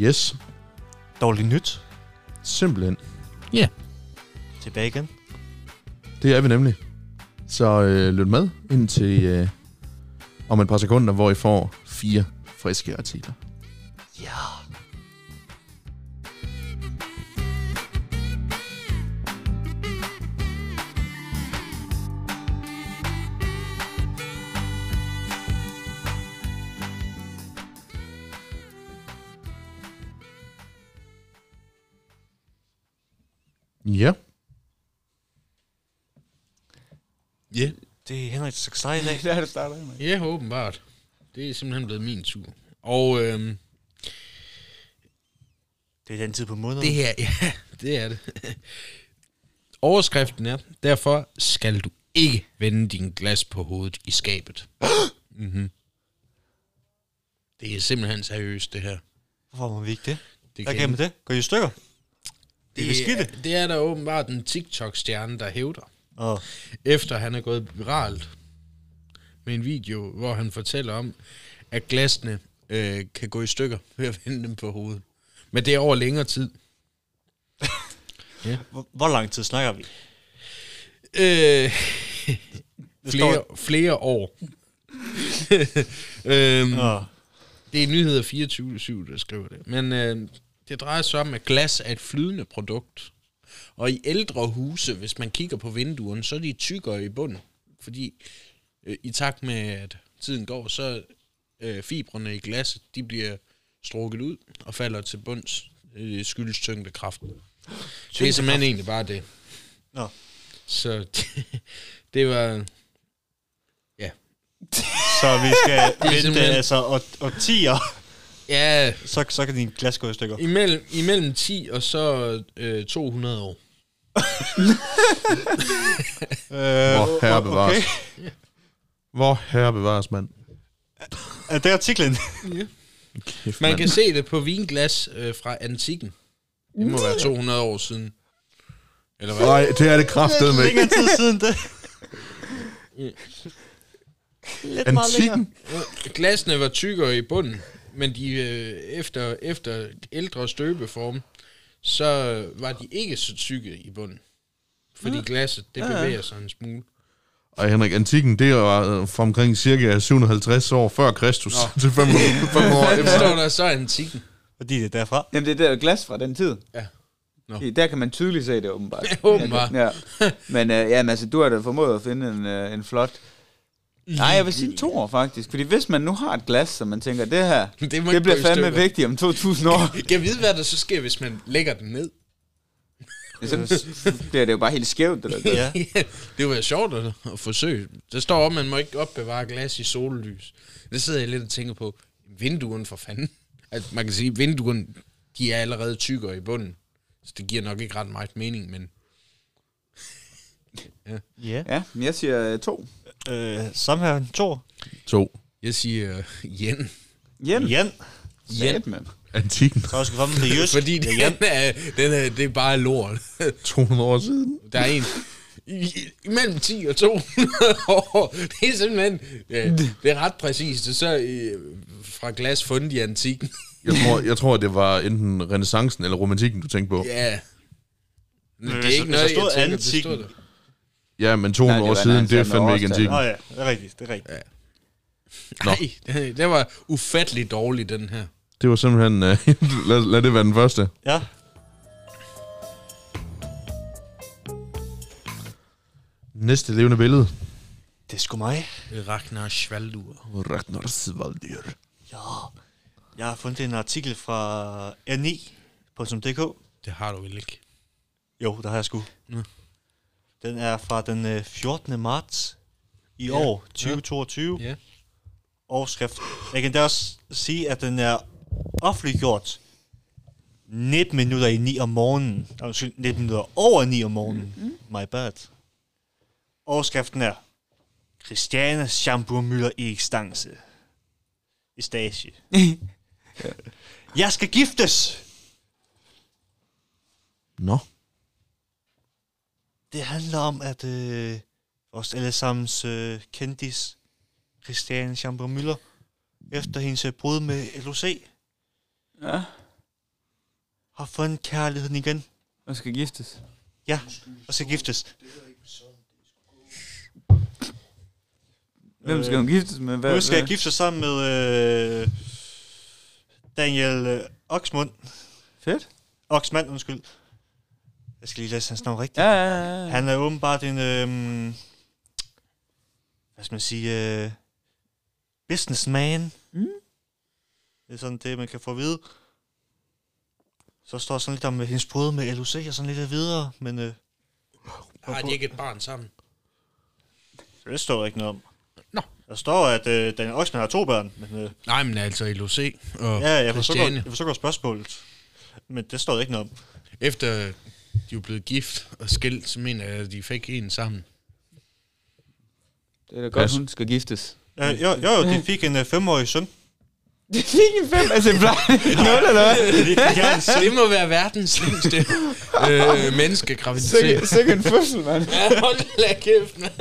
Yes, Dårligt nyt. simpelthen. Tilbage igen. Det er vi nemlig. Så øh, lyt med indtil øh, om et par sekunder, hvor I får fire friske artikler. Ja. Ja. Ja. Det er Henrik Saksdej i dag. Det er det starter med. Ja, åbenbart. Det er simpelthen blevet min tur. Og øhm, Det er den tid på måneden. det her, ja, det er det. Overskriften er, derfor skal du ikke vende din glas på hovedet i skabet. mm-hmm. Det er simpelthen seriøst, det her. Hvorfor må vi ikke det? Det Hvad kan man det? Går I i stykker? Det er beskidte. er, det er der åbenbart en TikTok-stjerne, der hævder, Åh, efter han er gået viralt med en video, hvor han fortæller om, at glasene øh, kan gå i stykker ved at vende dem på hovedet. Men det er over længere tid. hvor- Hvor lang tid snakker vi? Øh, Det flere, flere år. øhm, Åh, det er nyheder 24-7, der skriver det. Men øh, det drejer sig om, at glas er et flydende produkt. Og i ældre huse, hvis man kigger på vinduerne, så er de tykkere i bunden. Fordi øh, i takt med, at tiden går, så øh, fibrene i glasset, de bliver strukket ud og falder til bunds øh, skyldes tyngdekraften. Det er simpelthen egentlig bare det. Nå. Så det, det var... Så vi skal vente simpelthen- altså og, og 10'er, Ja, så, så kan din glas gå i stykker. Imellem, imellem 10 og så øh, 200 år. Øh, Hvor herre bevares. okay. Hvor herre bevares, mand. Er det artiklen? Kæft, Man mand. kan se det på vinglas øh, fra antikken. Det må være 200 år siden. Eller hvad? Nej, det er det kraftede med. Længere tid siden det. Antikken? Øh, Glasene var tykkere i bunden, men de øh, efter, efter ældre støbeform, så øh, var de ikke så tykke i bunden. Fordi glasset, det bevæger sig en smule. Ej, Henrik, antikken, det var øh, fra omkring cirka 750 år før Kristus Nå. til 500 500 år Så efter. står der så antikken. Fordi det er derfra. Jamen, det er der glas fra den tid. Ja. Nå. I- Der kan man tydeligt se det, åbenbart. åbenbart. Ja. Men øh, jamen, altså, du har da formået at finde en, øh, en flot... Nej, jeg vil sige to år, faktisk. Fordi hvis man nu har et glas, som man tænker, det her, Det, må det ikke bliver gå i fandme stykker. vigtigt om 2000 år, Jeg ved, hvad der så sker, hvis man lægger den ned. så bliver det jo bare helt skævt. Eller Ja. det var sjovt at, at forsøge. Der står op, man må ikke opbevare glas i sollys. Det sidder jeg lidt og tænker på. Vinduerne for fanden. At man kan sige, at vinduerne, de er allerede tykkere i bunden. Så det giver nok ikke ret meget mening, men Ja. Ja, men jeg siger øh, to. Øh, sammen her, Thor. To. jeg siger uh, yen. Jen. Jan. Jen. Satme. Antikken, Så også komme til Jysk. Fordi det, den er, den er, det er bare lort. 200 år siden. Der er en i- imellem 10 og 200 år. Det er simpelthen, ja, det er ret præcist. Det er så øh, fra glas fundet i antikken. Jeg tror, jeg tror, det var enten renaissancen eller romantikken, du tænkte på. Ja. Men det hvis- er ikke hvis der noget, jeg stod tænker, det antikken. stod der. Ja, men 200 Nej, Nej, det år var siden, det er renaissancen og fandme ikke årstallet. antikken. Nå ja, det er rigtigt, det er rigtigt. Nå. Nej, det var ufattelig dårlig, den her. Det var simpelthen... øh, lad, lad det være den første. Ja. Næste levende billede. Det er sgu mig. Ragnar Svaldur. Ragnar Svaldyr. Ja. Jeg har fundet en artikel fra r9.dk. Det har du vel ikke? Jo, der har jeg sgu. Nå. Den er fra den øh, 14. marts i år, 2022. Ja. Overskrift. Jeg kan da også sige, at den er offentliggjort 19 minutter i 9 om morgenen. Nej, Undskyld, 19 minutter over 9 om morgenen. My bad. Overskriften er Christiane Schamburmüller i stance. I stage. Jeg skal giftes! Nå. Det handler om, at øh, vores allesammens øh, kendis, Christiane Schamburg Müller, efter hendes øh, brud med LOC, Ja. har fundet kærligheden igen. Og skal giftes. Ja, og skal giftes. Hvem Øh, skal hun giftes med? Hvad, Øh, Nu skal jeg hvad? gifte sig sammen med øh, Daniel øh, Oksmund. Fedt. Oksmand, undskyld. Jeg skal lige læse hans navn rigtigt. Ja, ja, ja, ja. Han er åbenbart en, øhm, hvad skal man sige, øh, businessman. Mm. Det er sådan det, man kan få at vide. Så står sådan lidt om øh, hendes brud med LUC og sådan lidt videre, men øh, Har de ikke et barn sammen? det står der ikke noget om. Nå. Der står, at øh, Daniel Oksman har to børn, men øh, Nej, men altså LOC og ja, jeg forstår, godt, Christiane. jeg forstår godt spørgsmålet. Men det står der ikke noget om. Efter de var blevet gift og skilt, så mener jeg, at de fik en sammen. Det er da godt, Pas. hun skal giftes. Mm. Øh, jo, jo, jo, de fik en øh, femårig søn. Det er ikke en fem. Altså, en blej. Nul eller hvad? Ja, en søn. Det må være verdens længste øh, menneskegraviditet. Sikke en fødsel, mand. Ja, hold da kæft, mand.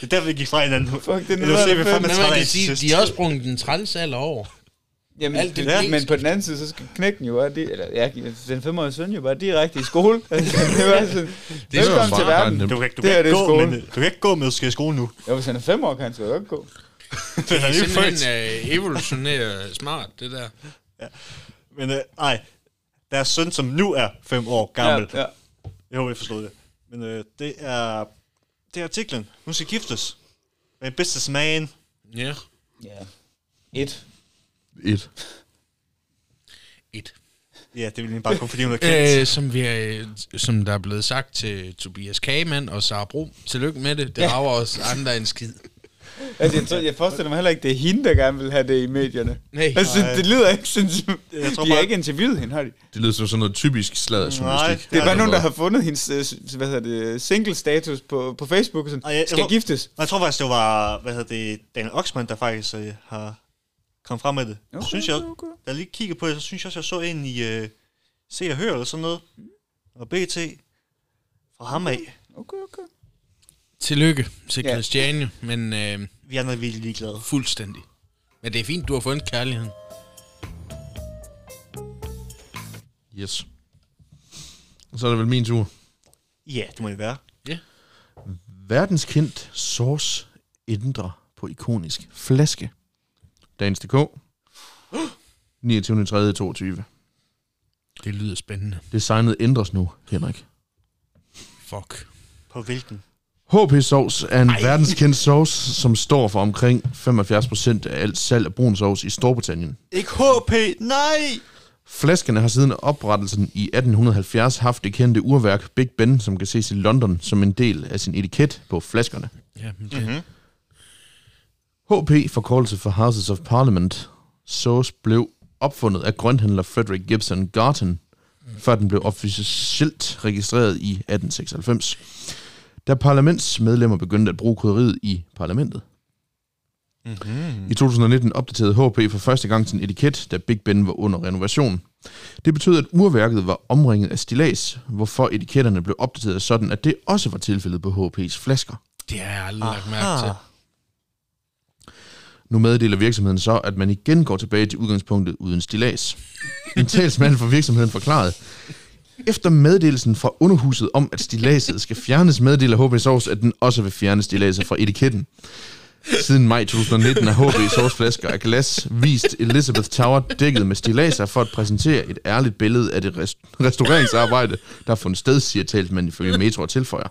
Det er derfor, vi gik fra hinanden. Fuck, det er LUC vil noget, fandme Men træde man af kan til sige, sidst. de har også sprunget den træls alder over. Jamen, Alt Alt det det der. der. Men på den anden side, så skal knækken jo bare, di- eller ja, den femårige søn jo bare direkte i skole. Altså, det var jo sådan, det velkommen bare til verden. nemt. Du kan ikke, du Det kan her, ikke det er gå, skole. men, øh, du kan ikke gå med, du skal i skole nu. Jo, hvis han er fem år, kan han sgu da godt gå. Det Det er er lige født. simpelthen øh, evolutionært smart, det der. Men øh, ej, deres søn, som nu er fem år gammel. Ja, Ja, ja. ja. Jeg håber, I forstod det. Men øh, det er det er artiklen. Hun skal giftes. Med en businessman. Ja. ja. Et. Et. Et. Ja, det ville bare kun fordi, hun er kendt. Øh, som, vi, øh, som der er blevet sagt til Tobias Kagemann og Sara Bro. Tillykke med det. Det rager os andre en skid. Altså, jeg, tror, jeg forestiller mig heller ikke, det er hende, der gerne vil have det i medierne. Nej. Altså, Nej. det lyder ikke sådan, som... Jeg tror De har bare- ikke interviewet hende, har de? Det lyder som sådan noget typisk Nej, sladderjournalistik. Det er Ja, bare nogen, der har fundet hendes øh, s- hvad hedder det, single-status på, på Facebook, og sådan, Ej, jeg- jeg skal må- giftes. Og jeg tror faktisk, det var, hvad hedder det, Daniel Oxman, der faktisk øh, har kommet frem med det. Okay, synes jeg, okay. Da jeg lige kigger på det, så synes jeg også, jeg så en i øh, Se og Hør eller sådan noget. Og BT fra ham af. Okay, okay. Tillykke til Ja. Christiane, men øh, Vi andre er virkelig ligeglade. fuldstændig. Men det er fint, du har fundet kærligheden. Yes. Så er det vel min tur. Ja, det må det være. Verdenskendt sauce ændrer på ikonisk flaske. Dagens DK. 29.3.22. Det lyder spændende. Designet ændres nu, Henrik. Fuck. På hvilken? HP Sauce er en Ej. verdenskendt sauce, som står for omkring 75% af alt salg af brun sauce i Storbritannien. Ikke HP, nej! Flaskerne har siden oprettelsen i 1870 haft det kendte urværk Big Ben, som kan ses i London som en del af sin etiket på flaskerne. Ja, men det, mm-hmm. HP, forkortelse for Houses of Parliament, sauce blev opfundet af grønthandler Frederick Gibson Garten, før den blev officielt registreret i 1896, da parlamentsmedlemmer begyndte at bruge krydderiet i parlamentet. Mm-hmm. I 2019 opdaterede HP for første gang sin etiket, da Big Ben var under renovation. Det betød, at urværket var omringet af stilas, hvorfor etiketterne blev opdateret sådan, at det også var tilfældet på HP's flasker. det har jeg aldrig lagt Ah. mærke til. Nu meddeler virksomheden så, at man igen går tilbage til udgangspunktet uden stilas. En talsmand for virksomheden forklarede, efter meddelelsen fra underhuset om, at stilaset skal fjernes, meddeler HB Sovs, at den også vil fjerne stilaset fra etiketten. Siden maj 2019 er HB Sovsflasker af glas vist Elizabeth Tower dækket med stilaser for at præsentere et ærligt billede af det rest- restaureringsarbejde, der har fundet sted, siger talsmanden ifølge Metro og tilføjer.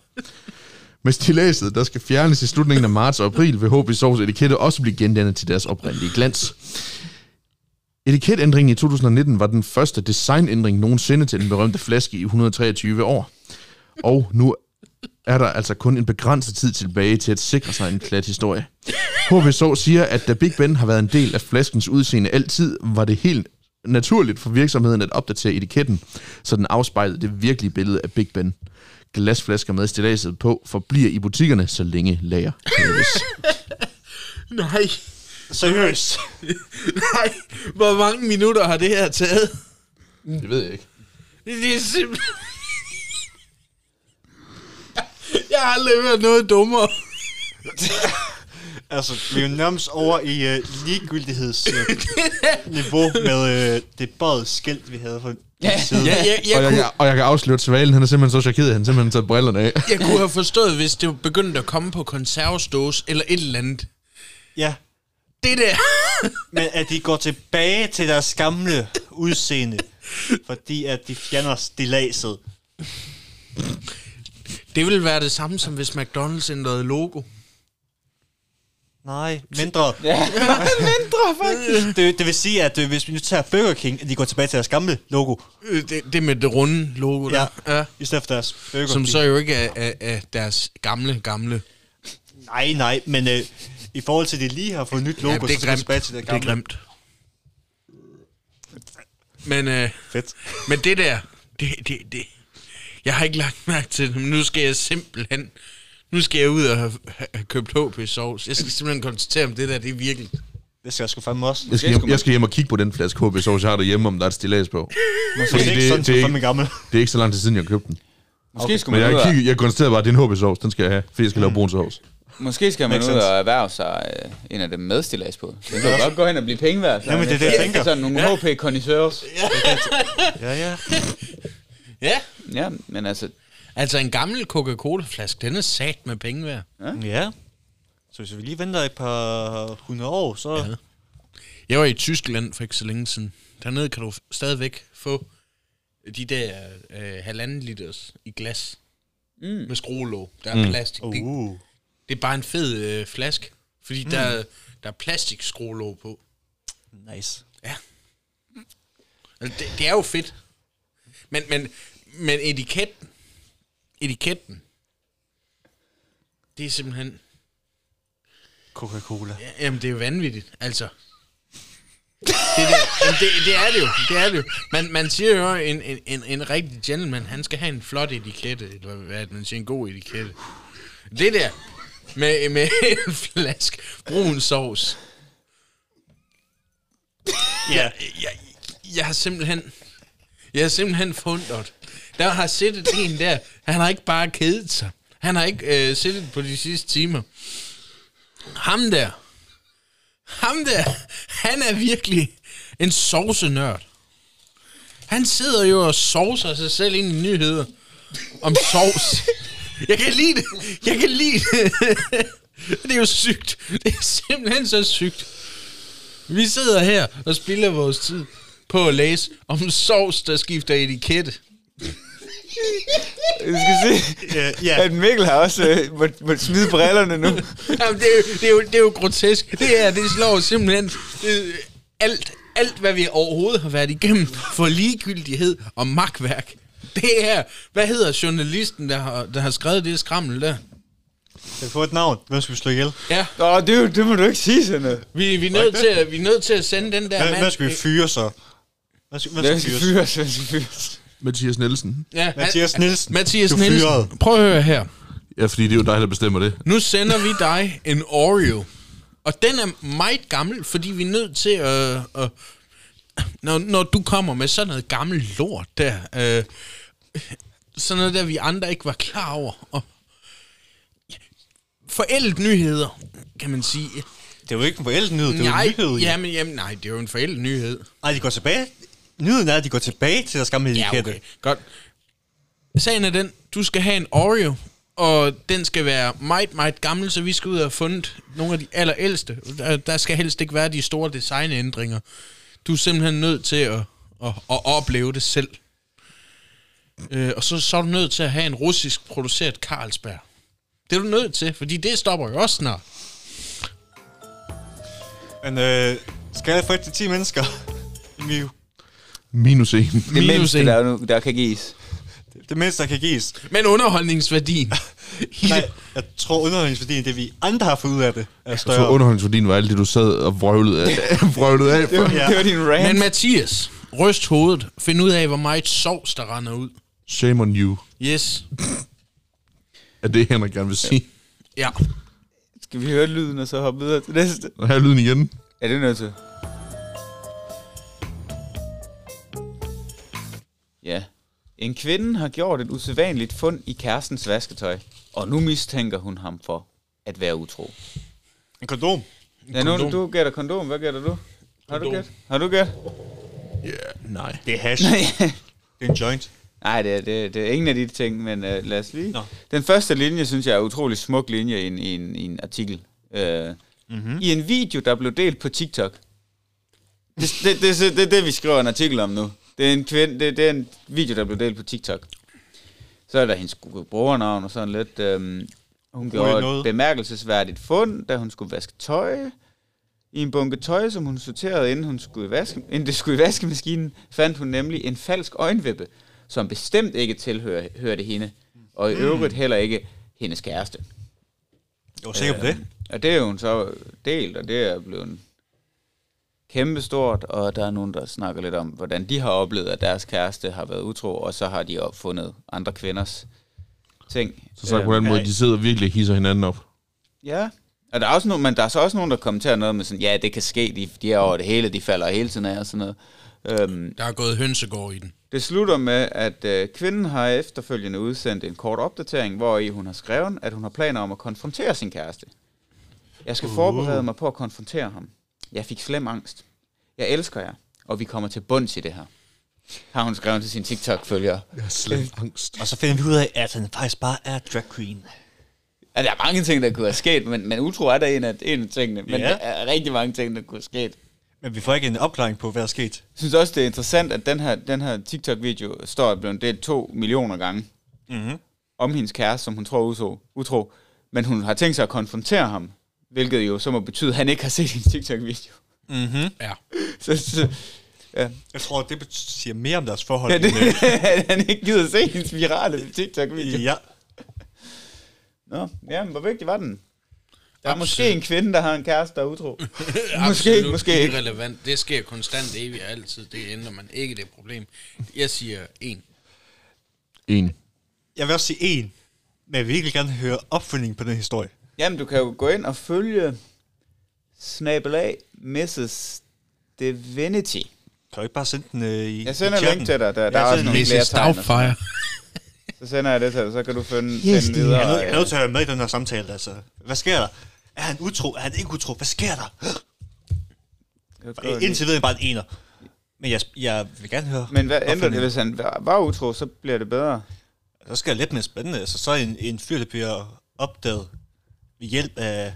Med stilaset, der skal fjernes i slutningen af marts og april, vil HB Sovs etikette også blive gendannet til deres oprindelige glans. Etiketændringen i 2019 var den første designændring nogensinde til den berømte flaske i 123 år. Og nu er der altså kun en begrænset tid tilbage til at sikre sig en klat historie. HB Sov siger, at da Big Ben har været en del af flaskens udseende altid, var det helt naturligt for virksomheden at opdatere etiketten, så den afspejlede det virkelige billede af Big Ben. Glasflasker med stillaset på forbliver i butikkerne, så længe lager hæves. Nej, Seriøst. nej. Hvor mange minutter har det her taget? Mm. Det ved jeg ikke. Det er simpelthen... Jeg har aldrig hørt noget dummere. altså, vi er jo nærmest over øh, i uh, ligegyldighedsniveau med uh, det bøjet øh, skilt, vi havde for Ja, Ja, jeg, jeg, og, jeg, kunne, kan- og jeg kan afsløre, at Svalen han er simpelthen så chokeret, at han simpelthen har taget brillerne af. jeg kunne have forstået, hvis det var begyndt at komme på konservesdåse eller et eller andet. Ja, Det der. men at de går tilbage til deres gamle udseende, fordi at de fjerner stilaset. Det ville være det samme, som hvis McDonald's ændrede logo. Nej, mindre. mindre faktisk. Det, det vil sige, at øh, hvis vi nu tager Burger King, at de går tilbage til deres gamle logo, Øh, Det, det med det runde logo der. Ja. ja. i stedet for deres Burger Som King. så jo ikke er, er, er deres gamle, gamle... Nej, nej, men øh, i forhold til, at de lige har fået nyt logo, Ja, det så er skal vi grimt. tilbage til det det er gamle. grimt. Men, øh, Fedt. men det der, det, det, det, jeg har ikke lagt mærke til det, men nu skal jeg simpelthen, nu skal jeg ud og have, have købt HP sovs. Jeg skal simpelthen konstatere, om det der, det er virkelig. Det skal jeg sgu fandme også. Jeg skal, hjem, skulle man- jeg skal hjem og kigge på den flaske hb sauce, jeg har derhjemme, om der er et stilas på. Måske det, det- er ikke sådan, det er det, ikke- fandme gammel. Det er ikke så lang tid siden, jeg købte den. Måske skal Men man, jeg, ud og, kigge, jeg konstaterer bare, at det er en hb sauce, den skal jeg have, fordi jeg skal lave brun sovs. måske skal man Makes ud sense. og erhverve sig øh, en af dem med stilas på. Det kan jo godt gå hen og blive penge værd. Jamen, det er det, jeg tænker. Sådan Altså, nogle hp connoisseurs Ja, ja. Ja. Ja, men altså, Altså en gammel Coca-Cola-flaske, den er sat med penge værd. Ja. Så hvis vi lige venter et par hundrede år, så... Ja. Jeg var i Tyskland for ikke så længe siden. Dernede kan du f- stadigvæk få de der øh, halvanden liters i glas. Mm. Med skruelåg. Der er mm. plastik. Uh. Det, Uh. det er bare en fed øh, flaske. Fordi mm. der, er- der er plastikskruelåg på. Nice. Altså, det, det er jo fedt. Men, men, men etiketten, etiketten, det er simpelthen... Coca-Cola. Ja, Jamen, det er jo vanvittigt, altså. Det, der, jamen, det, det er det jo, det er det jo. Man, man siger jo, en, en, en, en rigtig gentleman, han skal have en flot etikette, eller hvad er det, man siger, en god etikette. Det der, med, med en flaske brun sovs. Ja. Jeg, jeg har simpelthen, jeg har simpelthen fundet. Der har siddet en der, han har ikke bare kedet sig. Han har ikke øh, siddet på de sidste timer. Ham der, ham der, han er virkelig en sovsenørd. Han sidder jo og sovser sig selv ind i nyheder om sovs. Jeg kan lide det. Jeg kan lide det. Det er jo sygt. Det er simpelthen så sygt. Vi sidder her og spilder vores tid på at læse om sovs, der skifter etikette. du skal se, Ja, at ja. Mikkel har også øh, må, må smide brillerne nu. Jamen, det, er jo, det, er jo, det er jo grotesk. Det her, det slår simpelthen det, alt, alt, hvad vi overhovedet har været igennem for ligegyldighed og magtværk. Det her, hvad hedder journalisten, der har, der har skrevet det skrammel der? Kan vi få et navn? Hvem skal vi slå ihjel? Ja, Åh, det, er jo- det må du ikke sige sådan noget. vi, vi, er nødt til, at- vi er nødt til at sende den der Hvem, hvem mand. skal vi fyre så? Hvem skal, hvem Hvem skal skal vi fyre? fyres? Hvem skal fyres? Mathias Nielsen. Ja, Mathias Nielsen. Mathias du er fyret. Nielsen. Prøv at høre her. Ja, fordi det er jo dig, der bestemmer det. Nu sender vi dig en Oreo. Og den er meget gammel, fordi vi er nødt til at... Øh, når, når du kommer med sådan noget gammelt lort der, øh, sådan noget der, vi andre ikke var klar over, og forældet nyheder, kan man sige. Det er jo ikke en forældet nyhed, det er jo en Nej, nyhed. Ja. jamen, jamen, nej, det er jo en forældet nyhed. Ej, de går tilbage. Nyheden er, at de går tilbage til deres gamle Ja, etikette. okay. Godt. Sagen er den, du skal have en Oreo, og den skal være meget, meget gammel, så vi skal ud og have fundet nogle af de allerældste. Der, der skal helst ikke være de store designændringer. Du er simpelthen nødt til at, at, at opleve det selv. Øh, og så, så er du nødt til at have en russisk produceret Carlsberg. Det er du nødt til, fordi det stopper jo også snart. Men øh, skal jeg få et til 10 mennesker? Miu. Minus en. Det Minus mindste, en. der, er nu, der kan gives. Det mindste, der kan gives. Men underholdningsværdien... i Nej, det- jeg tror underholdningsværdien, det vi andre har fået ud af det, er For større. underholdningsværdien var alt det, du sad og vrøvlede af. vrøvlede af. for. Ja. Det var din rant. Men Mathias, ryst hovedet. Find ud af, hvor meget sovs, der render ud. Shame on you. Yes. Er det, Henrik gerne vil sige. Ja. Skal vi høre lyden og så hoppe videre til næste? Og her er lyden igen. Ja, det er nødt til. Ja. En kvinde har gjort et usædvanligt fund i kærestens vasketøj, og nu mistænker hun ham for at være utro. En kondom. Ja, nu, Kondom. du gætter kondom. Hvad gætter du? Har du Kondom. gæt? Har du gæt? Ja, yeah, nej. Det er hash. Nej. Det er en joint. Nej, det er, det, er- det er ingen af de ting, men øh, lad os lige... Nå. Den første linje, synes jeg, er en utrolig smuk linje i en, i en, i en artikel. Øh, mm-hmm. I en video, der blev delt på TikTok. Det det, det, det, det, det, vi skriver en artikel om nu. Det er en, kvinde, det, det er en video, der blev delt på TikTok. Så er der hendes brugernavn og sådan lidt. Øh, hun gjorde noget. et bemærkelsesværdigt fund, da hun skulle vaske tøj. I en bunke tøj, som hun sorterede, inden, hun skulle i vaske, inden det skulle i vaskemaskinen, fandt hun nemlig en falsk øjenvippe, som bestemt ikke tilhørte hørte hende, og i øvrigt heller ikke hendes kæreste. Jeg var sikker på det. Og det er jo hun så delt, og det er blevet kæmpestort, og der er nogen, der snakker lidt om, hvordan de har oplevet, at deres kæreste har været utro, og så har de opfundet andre kvinders ting. Øhm, Så sagt på den måde, ja. de sidder og virkelig hisser hinanden op. Ja. Og der er også nogen, men der er så også nogen, der kommenterer noget med sådan, ja, det kan ske, de, de er over det hele, de falder hele tiden af og sådan noget. Øhm, Der er gået hønsegård i den. det slutter med, at øh, kvinden har efterfølgende udsendt en kort opdatering, hvor i hun har skrevet, at hun har planer om at konfrontere sin kæreste. Jeg skal forberede mig på at konfrontere ham. Jeg fik slem angst. Jeg elsker jer, og vi kommer til bunds i det her. Har hun skrevet til sin TikTok-følgere. Jeg har slet angst. Og så finder vi ud af, at han faktisk bare er drag queen. Ja, Altså, der er mange ting, der kunne have sket, men, men utro er der en af, en af tingene. Men Ja. ja. der er rigtig mange ting, der kunne have sket. Men vi får ikke en opklaring på, hvad der er sket. Jeg synes også, det er interessant, at den her, den her TikTok-video står og er blevet delt to millioner gange Mm-hmm. om hendes kæreste, som hun tror er utro, utro. Men hun har tænkt sig at konfrontere ham, hvilket jo så må betyde, at han ikke har set hendes TikTok-video. Mm-hmm. Ja. Så, så Jeg tror, det bet- siger mere om deres forhold. ja, det, end, øh, at han ikke gider se hendes virale TikTok-video. ja. Nå, ja, men hvor vigtig var den? Der er Absolut. måske en kvinde, der har en kæreste, der er utro. Absolut måske ikke. irrelevant. Det sker konstant evigt og altid. Det ændrer man ikke det er et problem. Jeg siger en. En. Jeg vil også sige en, men jeg vil virkelig gerne høre opfølgningen på den historie. Jamen, du kan jo gå ind og følge snabelag Mrs. Divinity. Kan du ikke bare sende den øh, i Jeg sender i en chatten? link til dig, der, der Ja, er også send nogle den. flere tegn. og sådan. Doubtfire. Så sender jeg det til dig, så kan du finde Yes, yes, den det er- videre. Jeg er nødt- jeg er Ja. nødt til at være med i den her samtale, altså. Hvad sker der? Er han utro? Er han ikke utro? Hvad sker der? Indtil videre er jeg bare en ener. Men jeg, jeg vil gerne høre. Men hvad ændrer det, opfølgningen. hvis han var- var utro, så bliver det bedre. Så skal jeg lidt mere spændende. Altså, så er en, en fyr, der bliver opdaget ved hjælp af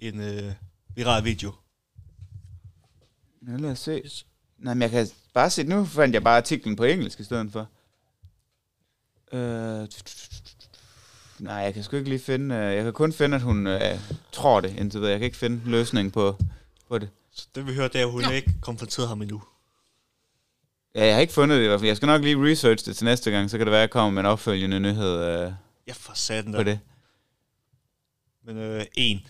en øh, viral video. Ja, lad os se. Nej, men jeg kan bare se, nu fandt jeg bare artiklen på engelsk i stedet for. Øh, nej, jeg kan sgu ikke lige finde, øh, jeg kan kun finde, at hun øh, tror det indtil videre. Jeg kan ikke finde løsningen på, på det. Så det vi hører, det er, at hun ja. ikke konfronterede ham endnu. Ja, jeg har ikke fundet det i hvert fald. Jeg skal nok lige research det til næste gang, så kan det være, at jeg kommer med en opfølgende nyhed øh, Jeg for satan på da. det. Men øh, en.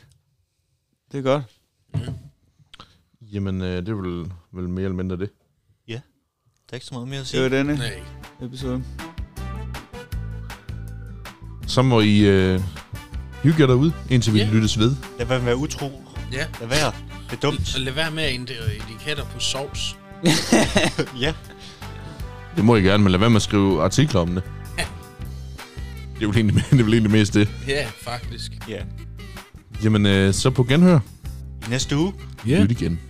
Det er godt. Jamen, øh, det er vel, vel mere eller mindre det. Der er ikke så meget mere at Det var sige. denne Nej. episode. Så må I øh, hygge jer derude, indtil vi Ja. yeah. lyttes ved. Lad være med at være utro. Ja. Lad være. Det er dumt. Og lad være med at inddøre etiketter på sovs. ja. Det må I gerne, men lad være med at skrive artikler om det. Det er vel egentlig, det er vel egentlig mest det. Ja, faktisk. ja. Jamen, øh, så på genhør. I næste uge. Yeah. Lyt igen.